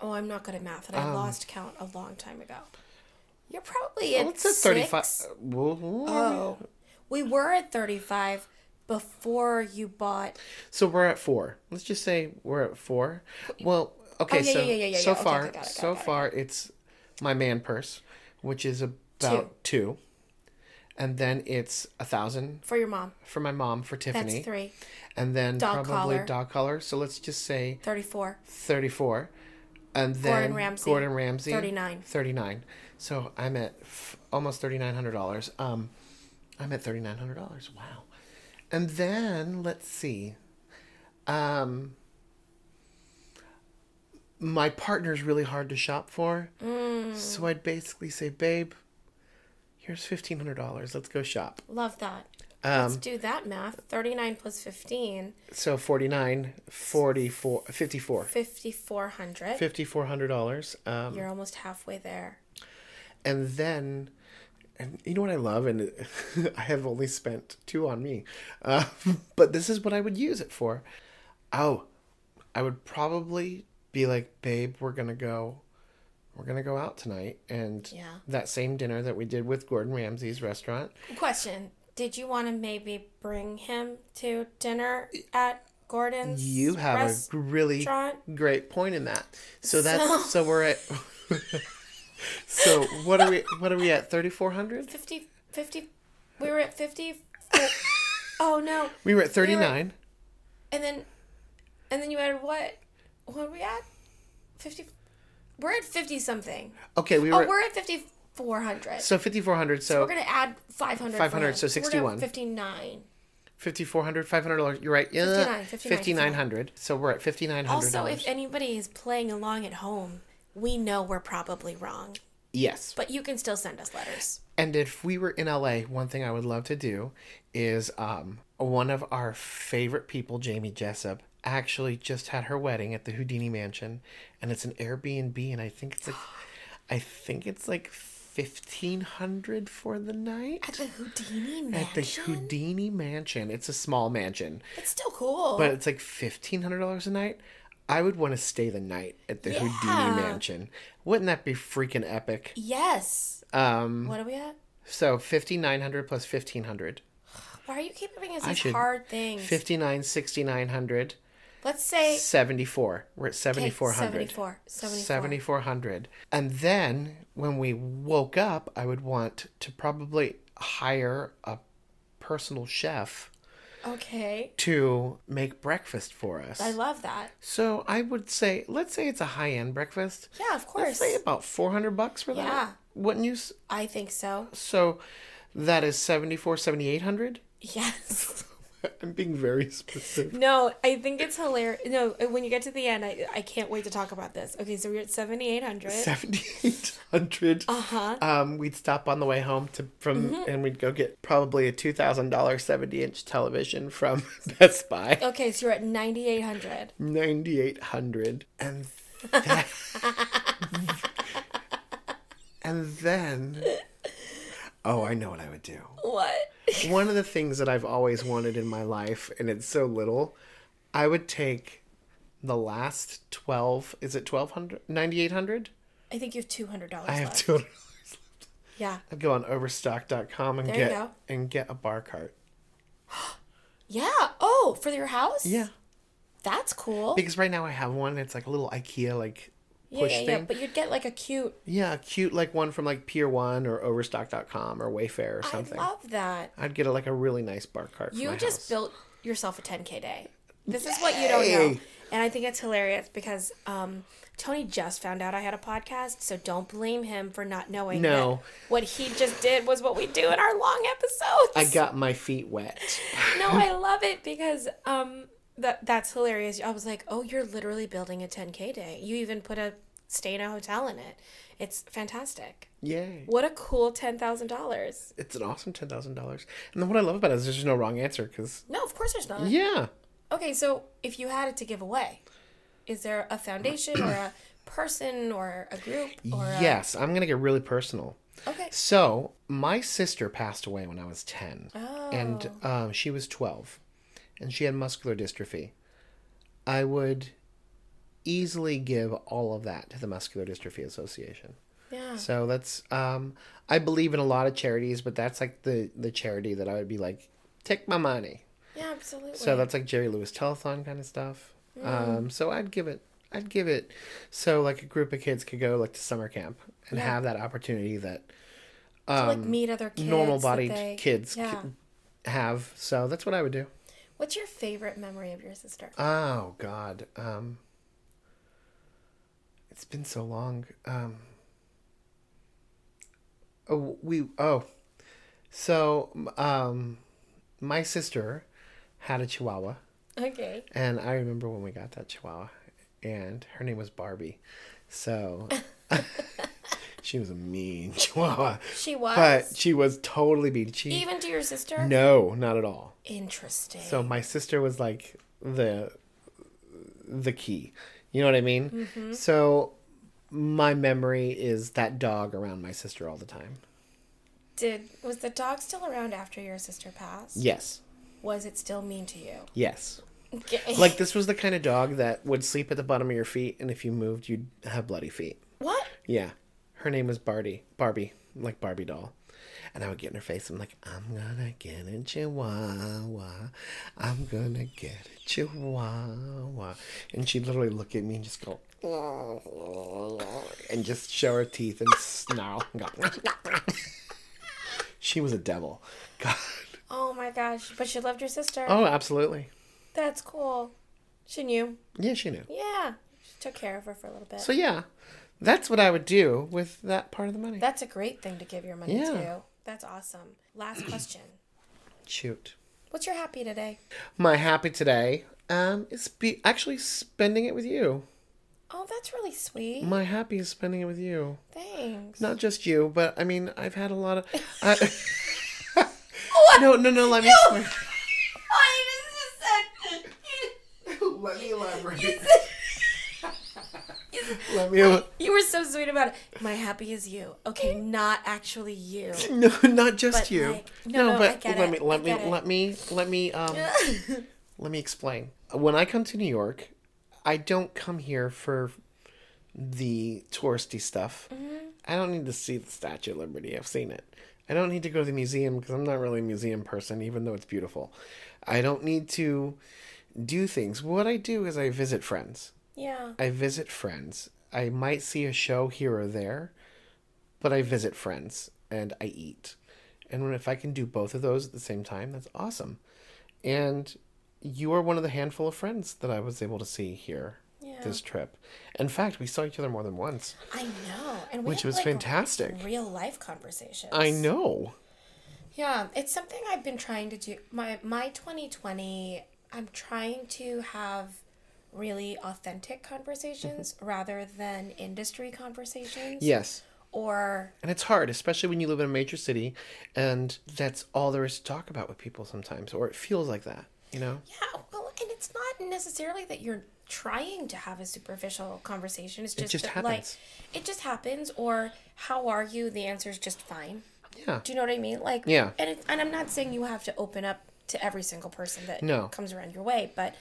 Speaker 3: Oh, I'm not good at math, and
Speaker 4: Um,
Speaker 3: I lost count a long time ago. You're probably at
Speaker 4: let's say 35
Speaker 3: 35.
Speaker 4: Well,
Speaker 3: Oh, we were at 35 before you bought.
Speaker 4: so we're at four let's just say we're at four well okay
Speaker 3: Oh, yeah,
Speaker 4: so
Speaker 3: yeah, yeah, yeah,
Speaker 4: so
Speaker 3: yeah. Okay,
Speaker 4: far
Speaker 3: okay, got it, got it,
Speaker 4: so
Speaker 3: got it.
Speaker 4: far it's my man purse which is about two, and then it's a thousand
Speaker 3: For your mom.
Speaker 4: for my mom for
Speaker 3: That's
Speaker 4: tiffany
Speaker 3: three.
Speaker 4: and then
Speaker 3: Dog
Speaker 4: probably
Speaker 3: collar.
Speaker 4: dog collar. So let's just say
Speaker 3: 34.
Speaker 4: 34. And then
Speaker 3: Gordon Ramsay.
Speaker 4: Gordon Ramsay.
Speaker 3: 39.
Speaker 4: 39. So I'm at f- almost $3,900. Um, I'm at $3,900. Wow. And then let's see. Um, my partner's really hard to shop for.
Speaker 3: Mm.
Speaker 4: So I'd basically say, babe, here's $1,500. Let's go shop.
Speaker 3: Love that. Let's
Speaker 4: Um,
Speaker 3: do that math. 39 plus 15,
Speaker 4: So 49, 44, 54.
Speaker 3: 5,400.
Speaker 4: fifty four hundred dollars. Um,
Speaker 3: You're almost halfway there.
Speaker 4: and then, and you know what I love, and I have only spent two on me, uh, but this is what I would use it for. Oh, I would probably be like, babe, we're gonna go. We're gonna go out tonight, and
Speaker 3: Yeah.
Speaker 4: that same dinner that we did with Gordon Ramsay's restaurant.
Speaker 3: Question Did you want to maybe bring him to dinner at Gordon's?
Speaker 4: You have a really
Speaker 3: restaurant?
Speaker 4: great point in that. So that's so we're at. so what are we? What are we at? Thirty four hundred.
Speaker 3: 50, 50. We were at 50. oh, no.
Speaker 4: We were at 39.
Speaker 3: And then, and then you added what? What are we at? Fifty. We're at fifty something.
Speaker 4: okay, we were,
Speaker 3: oh, we're at fifty four hundred. So
Speaker 4: so 5400. So,
Speaker 3: we're gonna add five hundred.
Speaker 4: 500, so 61.
Speaker 3: Fifty nine.
Speaker 4: 5400, 500 dollars. You're right. Yeah,
Speaker 3: 59, 59,
Speaker 4: 5900. So we're at 5900.
Speaker 3: Also, if anybody is playing along at home, we know we're probably wrong,
Speaker 4: yes.
Speaker 3: but you can still send us letters.
Speaker 4: And if we were in LA, one thing I would love to do is um one of our favorite people, Jamie Jessup, actually just had her wedding at the Houdini Mansion and it's an Airbnb and I think it's like I think it's like 1500 for the night
Speaker 3: At the Houdini
Speaker 4: at the
Speaker 3: Mansion.
Speaker 4: Houdini Mansion. It's a small mansion.
Speaker 3: It's still cool.
Speaker 4: but it's like fifteen hundred dollars a night. I would want to stay the night at the
Speaker 3: Yeah.
Speaker 4: Houdini Mansion. Wouldn't that be freaking epic?
Speaker 3: yes.
Speaker 4: Um,
Speaker 3: What are we at?
Speaker 4: so fifty nine hundred plus fifteen hundred.
Speaker 3: Why are you keep giving us
Speaker 4: I
Speaker 3: these
Speaker 4: should-
Speaker 3: hard things?
Speaker 4: Fifty nine, sixty nine hundred,
Speaker 3: Let's say
Speaker 4: seventy four. We're at seventy
Speaker 3: okay,
Speaker 4: four hundred.
Speaker 3: 74, 74.
Speaker 4: 7400 and then when we woke up i would want to probably hire a personal chef
Speaker 3: Okay.
Speaker 4: to make breakfast for us
Speaker 3: I love that.
Speaker 4: so i would say let's say it's a high end breakfast
Speaker 3: Yeah, of
Speaker 4: Let's
Speaker 3: course.
Speaker 4: say about 400 bucks for that.
Speaker 3: Yeah.
Speaker 4: Wouldn't you? s-
Speaker 3: I think so.
Speaker 4: So that is 74, 7800?
Speaker 3: Yes.
Speaker 4: I'm being very specific.
Speaker 3: No, I think it's hilarious. No, when you get to the end, I, I can't wait to talk about this. Okay, so we're at 7,800.
Speaker 4: 7800 uh-huh um we'd stop on the way home to from
Speaker 3: Mm-hmm.
Speaker 4: and we'd go get probably a $2000 70 inch television from best buy
Speaker 3: Okay, so you're at 9,800.
Speaker 4: 9800 and then, and then oh i know what i would do
Speaker 3: What?
Speaker 4: one of the things that I've always wanted in my life, and it's so little, I would take the last 12, is it 1200, 9800?
Speaker 3: I think you have $200
Speaker 4: I have
Speaker 3: left.
Speaker 4: 200.
Speaker 3: Yeah.
Speaker 4: I'd go on overstock.com and
Speaker 3: There you
Speaker 4: get
Speaker 3: go.
Speaker 4: and get a bar cart.
Speaker 3: Yeah. Oh, for your house?
Speaker 4: Yeah.
Speaker 3: That's cool.
Speaker 4: Because right now I have one. It's like a little IKEA like
Speaker 3: yeah,
Speaker 4: push
Speaker 3: yeah, yeah.
Speaker 4: thing.
Speaker 3: But you'd get like a cute.
Speaker 4: Yeah, a cute like one from like Pier One or Overstock.com or Wayfair or something.
Speaker 3: I love that.
Speaker 4: I'd get a, like a really nice bar cart. for
Speaker 3: You
Speaker 4: my
Speaker 3: just
Speaker 4: house.
Speaker 3: built yourself a 10K day. This is what you don't know.
Speaker 4: Yay.
Speaker 3: And I think it's hilarious because um, Tony just found out I had a podcast, so don't blame him for not knowing.
Speaker 4: No.
Speaker 3: that what he just did was what we do in our long episodes.
Speaker 4: I got my feet wet.
Speaker 3: no, I love it because um that that's hilarious. I was like, "Oh, you're literally building a 10K day. You even put a stay in a hotel in it. It's fantastic.
Speaker 4: Yay!
Speaker 3: What a cool $10,000."
Speaker 4: It's an awesome ten thousand dollars. And then what I love about it is there's just no wrong answer because
Speaker 3: No, of course there's not.
Speaker 4: yeah,
Speaker 3: Okay, so if you had it to give away, is there a foundation or a person or a group or uh, a-
Speaker 4: yes, I'm gonna get really personal.
Speaker 3: Okay.
Speaker 4: So my sister passed away when I was ten, and um, she was twelve, and she had muscular dystrophy. I would easily give all of that to the Muscular Dystrophy Association.
Speaker 3: Yeah.
Speaker 4: So that's um, I believe in a lot of charities, but that's like the the charity that I would be like, take my money.
Speaker 3: Yeah, absolutely.
Speaker 4: So that's like Jerry Lewis telethon kind of stuff. Um, so I'd give it, I'd give it, so like a group of kids could go like to summer camp and have that opportunity that
Speaker 3: to like meet other kids.
Speaker 4: um, normal
Speaker 3: that
Speaker 4: bodied
Speaker 3: they-
Speaker 4: kids c-
Speaker 3: Yeah.
Speaker 4: have. So that's what I would do.
Speaker 3: What's your favorite memory of your sister?
Speaker 4: Oh God, um, it's been so long. Um, oh, we oh, so um, my sister had a Chihuahua.
Speaker 3: Okay.
Speaker 4: And I remember when we got that chihuahua, and her name was Barbie. So she was a mean chihuahua.
Speaker 3: She was
Speaker 4: But she was totally mean. She
Speaker 3: even to your sister?
Speaker 4: no, not at all.
Speaker 3: Interesting.
Speaker 4: So my sister was like the the key. You know what I mean?
Speaker 3: Mm-hmm.
Speaker 4: So my memory is that dog around my sister all the time.
Speaker 3: Did was the dog still around after your sister passed?
Speaker 4: Yes.
Speaker 3: Was it still mean to you?
Speaker 4: Yes.
Speaker 3: Okay.
Speaker 4: Like this was the kind of dog that would sleep at the bottom of your feet and if you moved you'd have bloody feet.
Speaker 3: what?
Speaker 4: Yeah. Her name was Barbie. Barbie, like Barbie doll. And I would get in her face. I'm like, I'm gonna get a chihuahua. I'm gonna get a chihuahua. And she'd literally look at me and just go, and just show her teeth and snarl and go, she was a devil. God.
Speaker 3: Oh my gosh! But she loved your sister.
Speaker 4: Oh, absolutely.
Speaker 3: That's cool. She knew.
Speaker 4: Yeah, she knew.
Speaker 3: Yeah, she took care of her for a little bit.
Speaker 4: So, yeah, that's what I would do with that part of the money.
Speaker 3: That's a great thing to give your money
Speaker 4: Yeah.
Speaker 3: to. That's awesome. Last question.
Speaker 4: Shoot.
Speaker 3: What's your happy today?
Speaker 4: my happy today um is be actually spending it with you
Speaker 3: Oh, that's really sweet.
Speaker 4: my happy is spending it with you
Speaker 3: Thanks.
Speaker 4: not just you but i mean i've had a lot of I... no no no let me let me elaborate let me el-
Speaker 3: You were so sweet about it. My happy is you. Okay, not actually you.
Speaker 4: no not just
Speaker 3: But,
Speaker 4: you
Speaker 3: like, no, no, I
Speaker 4: but
Speaker 3: get
Speaker 4: let
Speaker 3: it.
Speaker 4: me let
Speaker 3: I
Speaker 4: me
Speaker 3: get it.
Speaker 4: let me let me um let me explain when i come to new york i don't come here for the touristy stuff.
Speaker 3: Mm-hmm.
Speaker 4: I don't need to see the Statue of Liberty. I've seen it. I don't need to go to the museum because I'm not really a museum person, even though it's beautiful. I don't need to do things. What I do is I visit friends.
Speaker 3: Yeah.
Speaker 4: I visit friends. I might see a show here or there, but I visit friends and I eat. And when, if I can do both of those at the same time, that's awesome. And you are one of the handful of friends that I was able to see here
Speaker 3: Yeah.
Speaker 4: this trip. In fact, we saw each other more than once,
Speaker 3: I know. And we
Speaker 4: which
Speaker 3: had,
Speaker 4: was
Speaker 3: like,
Speaker 4: fantastic.
Speaker 3: Real life conversations.
Speaker 4: I know.
Speaker 3: Yeah, it's something I've been trying to do. My my 2020, I'm trying to have really authentic conversations
Speaker 4: Mm-hmm.
Speaker 3: rather than industry conversations
Speaker 4: Yes.
Speaker 3: or
Speaker 4: And it's hard, especially when you live in a major city and that's all there is to talk about with people sometimes, or it feels like that, you know?
Speaker 3: yeah, well, and it's not necessarily that you're trying to have a superficial conversation. It's just,
Speaker 4: just
Speaker 3: that, like
Speaker 4: happens.
Speaker 3: it just happens or how are you? The answer is just fine.
Speaker 4: Yeah.
Speaker 3: Do you know what I mean? Like,
Speaker 4: Yeah.
Speaker 3: And it, and I'm not saying you have to open up to every single person that
Speaker 4: No.
Speaker 3: comes around your way, but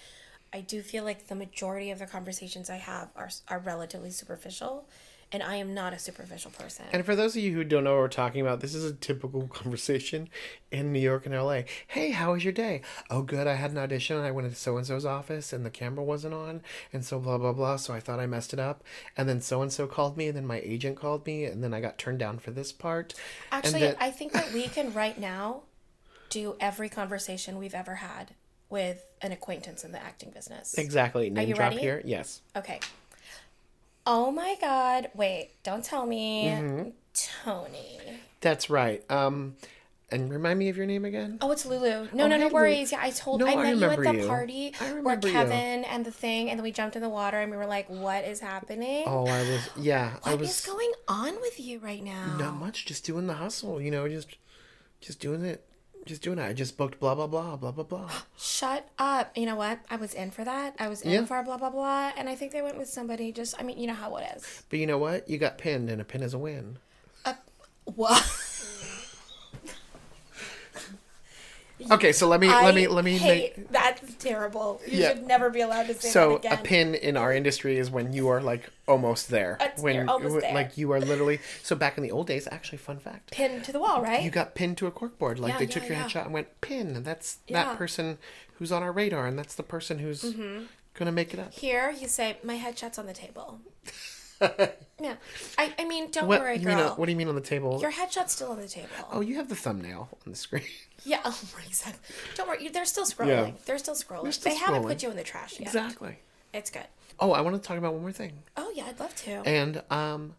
Speaker 3: I do feel like the majority of the conversations I have are s- are relatively superficial, and I am not a superficial person.
Speaker 4: And for those of you who don't know what we're talking about, this is a typical conversation in New York and LA. Hey, how was your day? Oh, good. I had an audition. I went into so and so's office and the camera wasn't on. And so blah, blah, blah. So I thought I messed it up. And then so and so called me. And then my agent called me. And then I got turned down for this part. and
Speaker 3: Actually,
Speaker 4: then-
Speaker 3: I think that we can right now do every conversation we've ever had with an acquaintance in the acting business.
Speaker 4: Exactly. Name
Speaker 3: you
Speaker 4: drop
Speaker 3: ready?
Speaker 4: here. Yes.
Speaker 3: Okay. Oh my God! Wait, don't tell me,
Speaker 4: Mm-hmm.
Speaker 3: Tony.
Speaker 4: That's right. Um, and remind me of your name again.
Speaker 3: Oh, it's Lulu. No, no,
Speaker 4: hey,
Speaker 3: no
Speaker 4: Lulu.
Speaker 3: worries. Yeah, I told.
Speaker 4: No,
Speaker 3: I
Speaker 4: I
Speaker 3: met you at
Speaker 4: remember
Speaker 3: the
Speaker 4: you.
Speaker 3: party
Speaker 4: I
Speaker 3: where
Speaker 4: remember you.
Speaker 3: Kevin and the thing, and then we jumped in the water, and we were like, "What is happening?
Speaker 4: Oh,
Speaker 3: What is
Speaker 4: I was. Yeah. I was.
Speaker 3: going on with you right now?"
Speaker 4: Not much, just doing the hustle, you know, just just doing it. Just doing it. I just booked blah blah blah blah blah blah.
Speaker 3: Shut up. You know what? I was in for that. I was in
Speaker 4: Yeah.
Speaker 3: for blah blah blah, and I think they went with somebody. Just, I mean, you know how it is.
Speaker 4: But you know what? You got pinned and a pin is a win.
Speaker 3: Uh, what?
Speaker 4: Okay, so let me let me
Speaker 5: I
Speaker 4: let me
Speaker 5: hate
Speaker 4: make
Speaker 5: that's terrible. You
Speaker 4: Yeah.
Speaker 5: should never be allowed to say that
Speaker 4: so a
Speaker 5: again.
Speaker 4: pin in our industry is when you are like almost there.
Speaker 5: That's-
Speaker 4: when
Speaker 5: you're almost there.
Speaker 4: like you are literally so back in the old days, actually fun fact.
Speaker 3: Pinned to the wall, right?
Speaker 4: You got pinned to a corkboard. Like
Speaker 3: Yeah,
Speaker 4: they
Speaker 3: yeah,
Speaker 4: took your
Speaker 3: yeah.
Speaker 4: headshot and went pin, and that's
Speaker 3: Yeah.
Speaker 4: that person who's on our radar, and that's the person who's gonna make it up.
Speaker 3: Here, you say, "My headshot's on the table." yeah, I, I mean, don't
Speaker 4: What
Speaker 3: worry,
Speaker 4: you
Speaker 3: girl.
Speaker 4: mean? uh, on- What do you mean on the table?
Speaker 3: Your headshot's still on the table.
Speaker 4: Oh, you have the thumbnail on the screen.
Speaker 3: Yeah, oh my exactly. Don't worry, you- they're still scrolling.
Speaker 4: Yeah.
Speaker 3: They're still scrolling.
Speaker 4: They're still
Speaker 3: they haven't
Speaker 4: scrolling.
Speaker 3: put you in the trash yet.
Speaker 4: Exactly.
Speaker 3: It's good.
Speaker 4: Oh, I want to talk about one more thing.
Speaker 3: Oh yeah, I'd love to.
Speaker 4: And um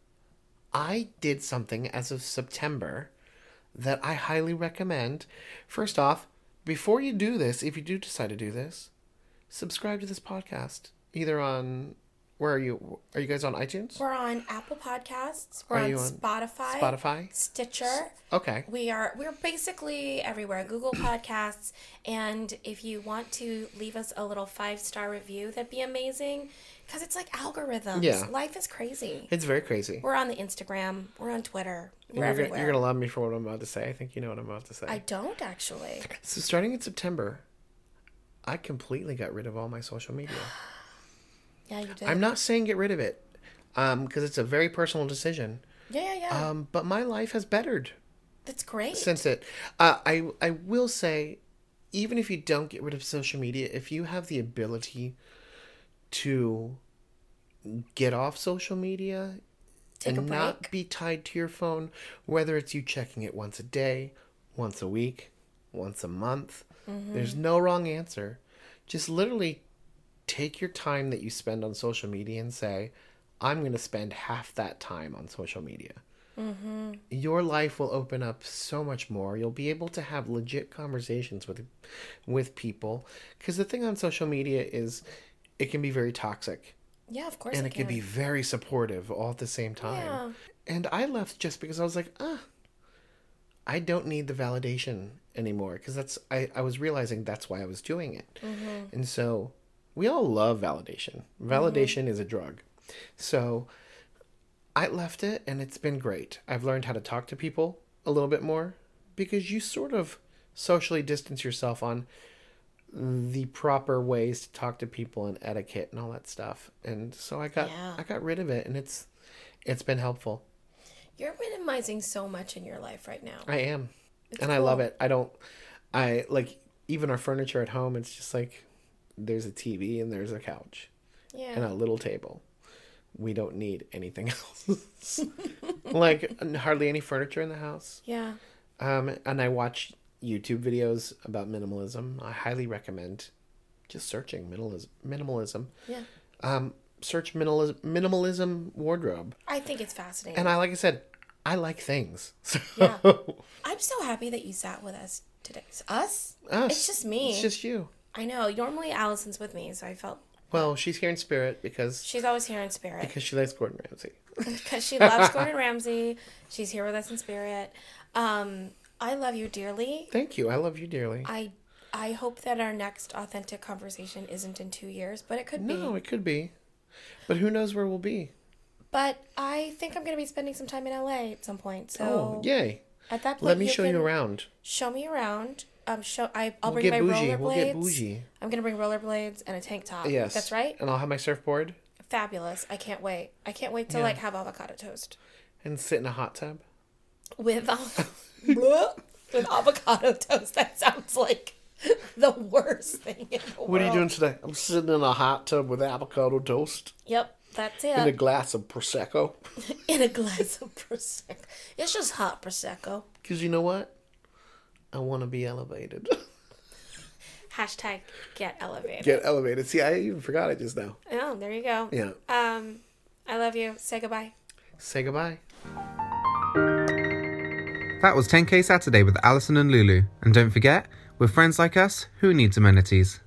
Speaker 4: I did something as of September that I highly recommend. First off, before you do this, if you do decide to do this, subscribe to this podcast either on where are you are you guys on iTunes?
Speaker 3: we're on Apple Podcasts. We're
Speaker 4: Are
Speaker 3: on,
Speaker 4: you on
Speaker 3: Spotify.
Speaker 4: Spotify?
Speaker 3: Stitcher.
Speaker 4: Okay.
Speaker 3: We are we're basically everywhere. Google Podcasts. And if you want to leave us a little five star review, that'd be amazing. Because it's like algorithms.
Speaker 4: Yeah.
Speaker 3: Life is crazy.
Speaker 4: It's very crazy.
Speaker 3: We're on the Instagram. We're on Twitter. We're
Speaker 4: You're
Speaker 3: everywhere.
Speaker 4: gonna, you're gonna love me for what I'm about to say. I think you know what I'm about to say.
Speaker 3: I don't actually.
Speaker 4: So starting in September, I completely got rid of all my social media.
Speaker 3: Yeah, you did.
Speaker 4: I'm not saying get rid of it, um, because it's a very personal decision.
Speaker 3: yeah, yeah, yeah.
Speaker 4: Um, but my life has bettered
Speaker 3: That's great.
Speaker 4: since it. Uh, I I will say, even if you don't get rid of social media, if you have the ability to get off social media
Speaker 3: Take a
Speaker 4: and not
Speaker 3: break.
Speaker 4: be tied to your phone, whether it's you checking it once a day, once a week, once a month,
Speaker 3: Mm-hmm.
Speaker 4: there's no wrong answer. Just literally take your time that you spend on social media and say, I'm going to spend half that time on social media
Speaker 3: Mm-hmm.
Speaker 4: your life will open up so much more. You'll be able to have legit conversations with with people cuz the thing on social media is it can be very toxic
Speaker 3: Yeah, of course.
Speaker 4: and
Speaker 3: I
Speaker 4: it can be very supportive all at the same time. And I left just because I was like, "Ah, I don't need the validation anymore because that's I, I was realizing that's why I was doing it.
Speaker 3: Mm-hmm.
Speaker 4: And so we all love validation.
Speaker 3: Mm-hmm.
Speaker 4: Validation is a drug. So I left it and it's been great. I've learned how to talk to people a little bit more because you sort of socially distance yourself on the proper ways to talk to people and etiquette and all that stuff. And so I got
Speaker 3: Yeah.
Speaker 4: I got rid of it and it's it's been helpful.
Speaker 3: You're minimizing so much in your life right now.
Speaker 4: I am. and I love it. I don't I like even our furniture at home it's just like there's a TV and there's a couch
Speaker 3: Yeah.
Speaker 4: and a little table. We don't need anything else. like hardly any furniture in the house.
Speaker 3: yeah.
Speaker 4: Um, and I watch YouTube videos about minimalism. I highly recommend just searching minimalism. Minimalism.
Speaker 3: Yeah.
Speaker 4: Um, search minimalism, minimalism wardrobe.
Speaker 3: I think it's fascinating.
Speaker 4: And I, like I said, I like things. So
Speaker 3: Yeah. I'm so happy that you sat with us today. It's Us?
Speaker 4: Us.
Speaker 3: It's just me.
Speaker 4: It's just you.
Speaker 3: I know. Normally Allison's with me, so I felt
Speaker 4: Well, she's here in spirit because
Speaker 3: she's always here in spirit
Speaker 4: because she likes Gordon Ramsay.
Speaker 3: because she loves Gordon Ramsay. She's here with us in spirit. Um, I love you dearly.
Speaker 4: Thank you. I love you dearly.
Speaker 3: I I hope that our next authentic conversation isn't in two years, but it could
Speaker 4: no,
Speaker 3: be.
Speaker 4: it could be, but who knows where we'll be?
Speaker 3: But I think I'm gonna be spending some time in LA at some point. So
Speaker 4: Oh, yay!
Speaker 3: at that point,
Speaker 4: Let me show
Speaker 3: can-
Speaker 4: you around.
Speaker 3: show me around. Um, show I, I'll
Speaker 4: We'll
Speaker 3: bring my
Speaker 4: get bougie.
Speaker 3: rollerblades.
Speaker 4: We'll get bougie.
Speaker 3: I'm gonna bring rollerblades and a tank top.
Speaker 4: Yes,
Speaker 3: that's right.
Speaker 4: And I'll have my surfboard.
Speaker 3: Fabulous. I can't wait. I can't wait to
Speaker 4: Yeah.
Speaker 3: like have avocado toast.
Speaker 4: and sit in a hot tub.
Speaker 3: With al-
Speaker 5: Blah. With avocado toast, that sounds like the worst thing in the world.
Speaker 4: What are you doing today? I'm sitting in a hot tub with avocado toast
Speaker 3: Yep, that's it.
Speaker 4: and a glass of prosecco.
Speaker 3: in a glass.
Speaker 5: It's a prosecco. It's just hot prosecco.
Speaker 4: Because you know what? I want to be elevated.
Speaker 3: Hashtag get elevated.
Speaker 4: Get elevated. See, I even forgot it just now.
Speaker 3: Oh, there you go.
Speaker 4: Yeah.
Speaker 3: Um, I love you. Say goodbye.
Speaker 4: Say goodbye.
Speaker 2: That was 10K Saturday with Allison and Lulu. And don't forget, with friends like us, who needs amenities?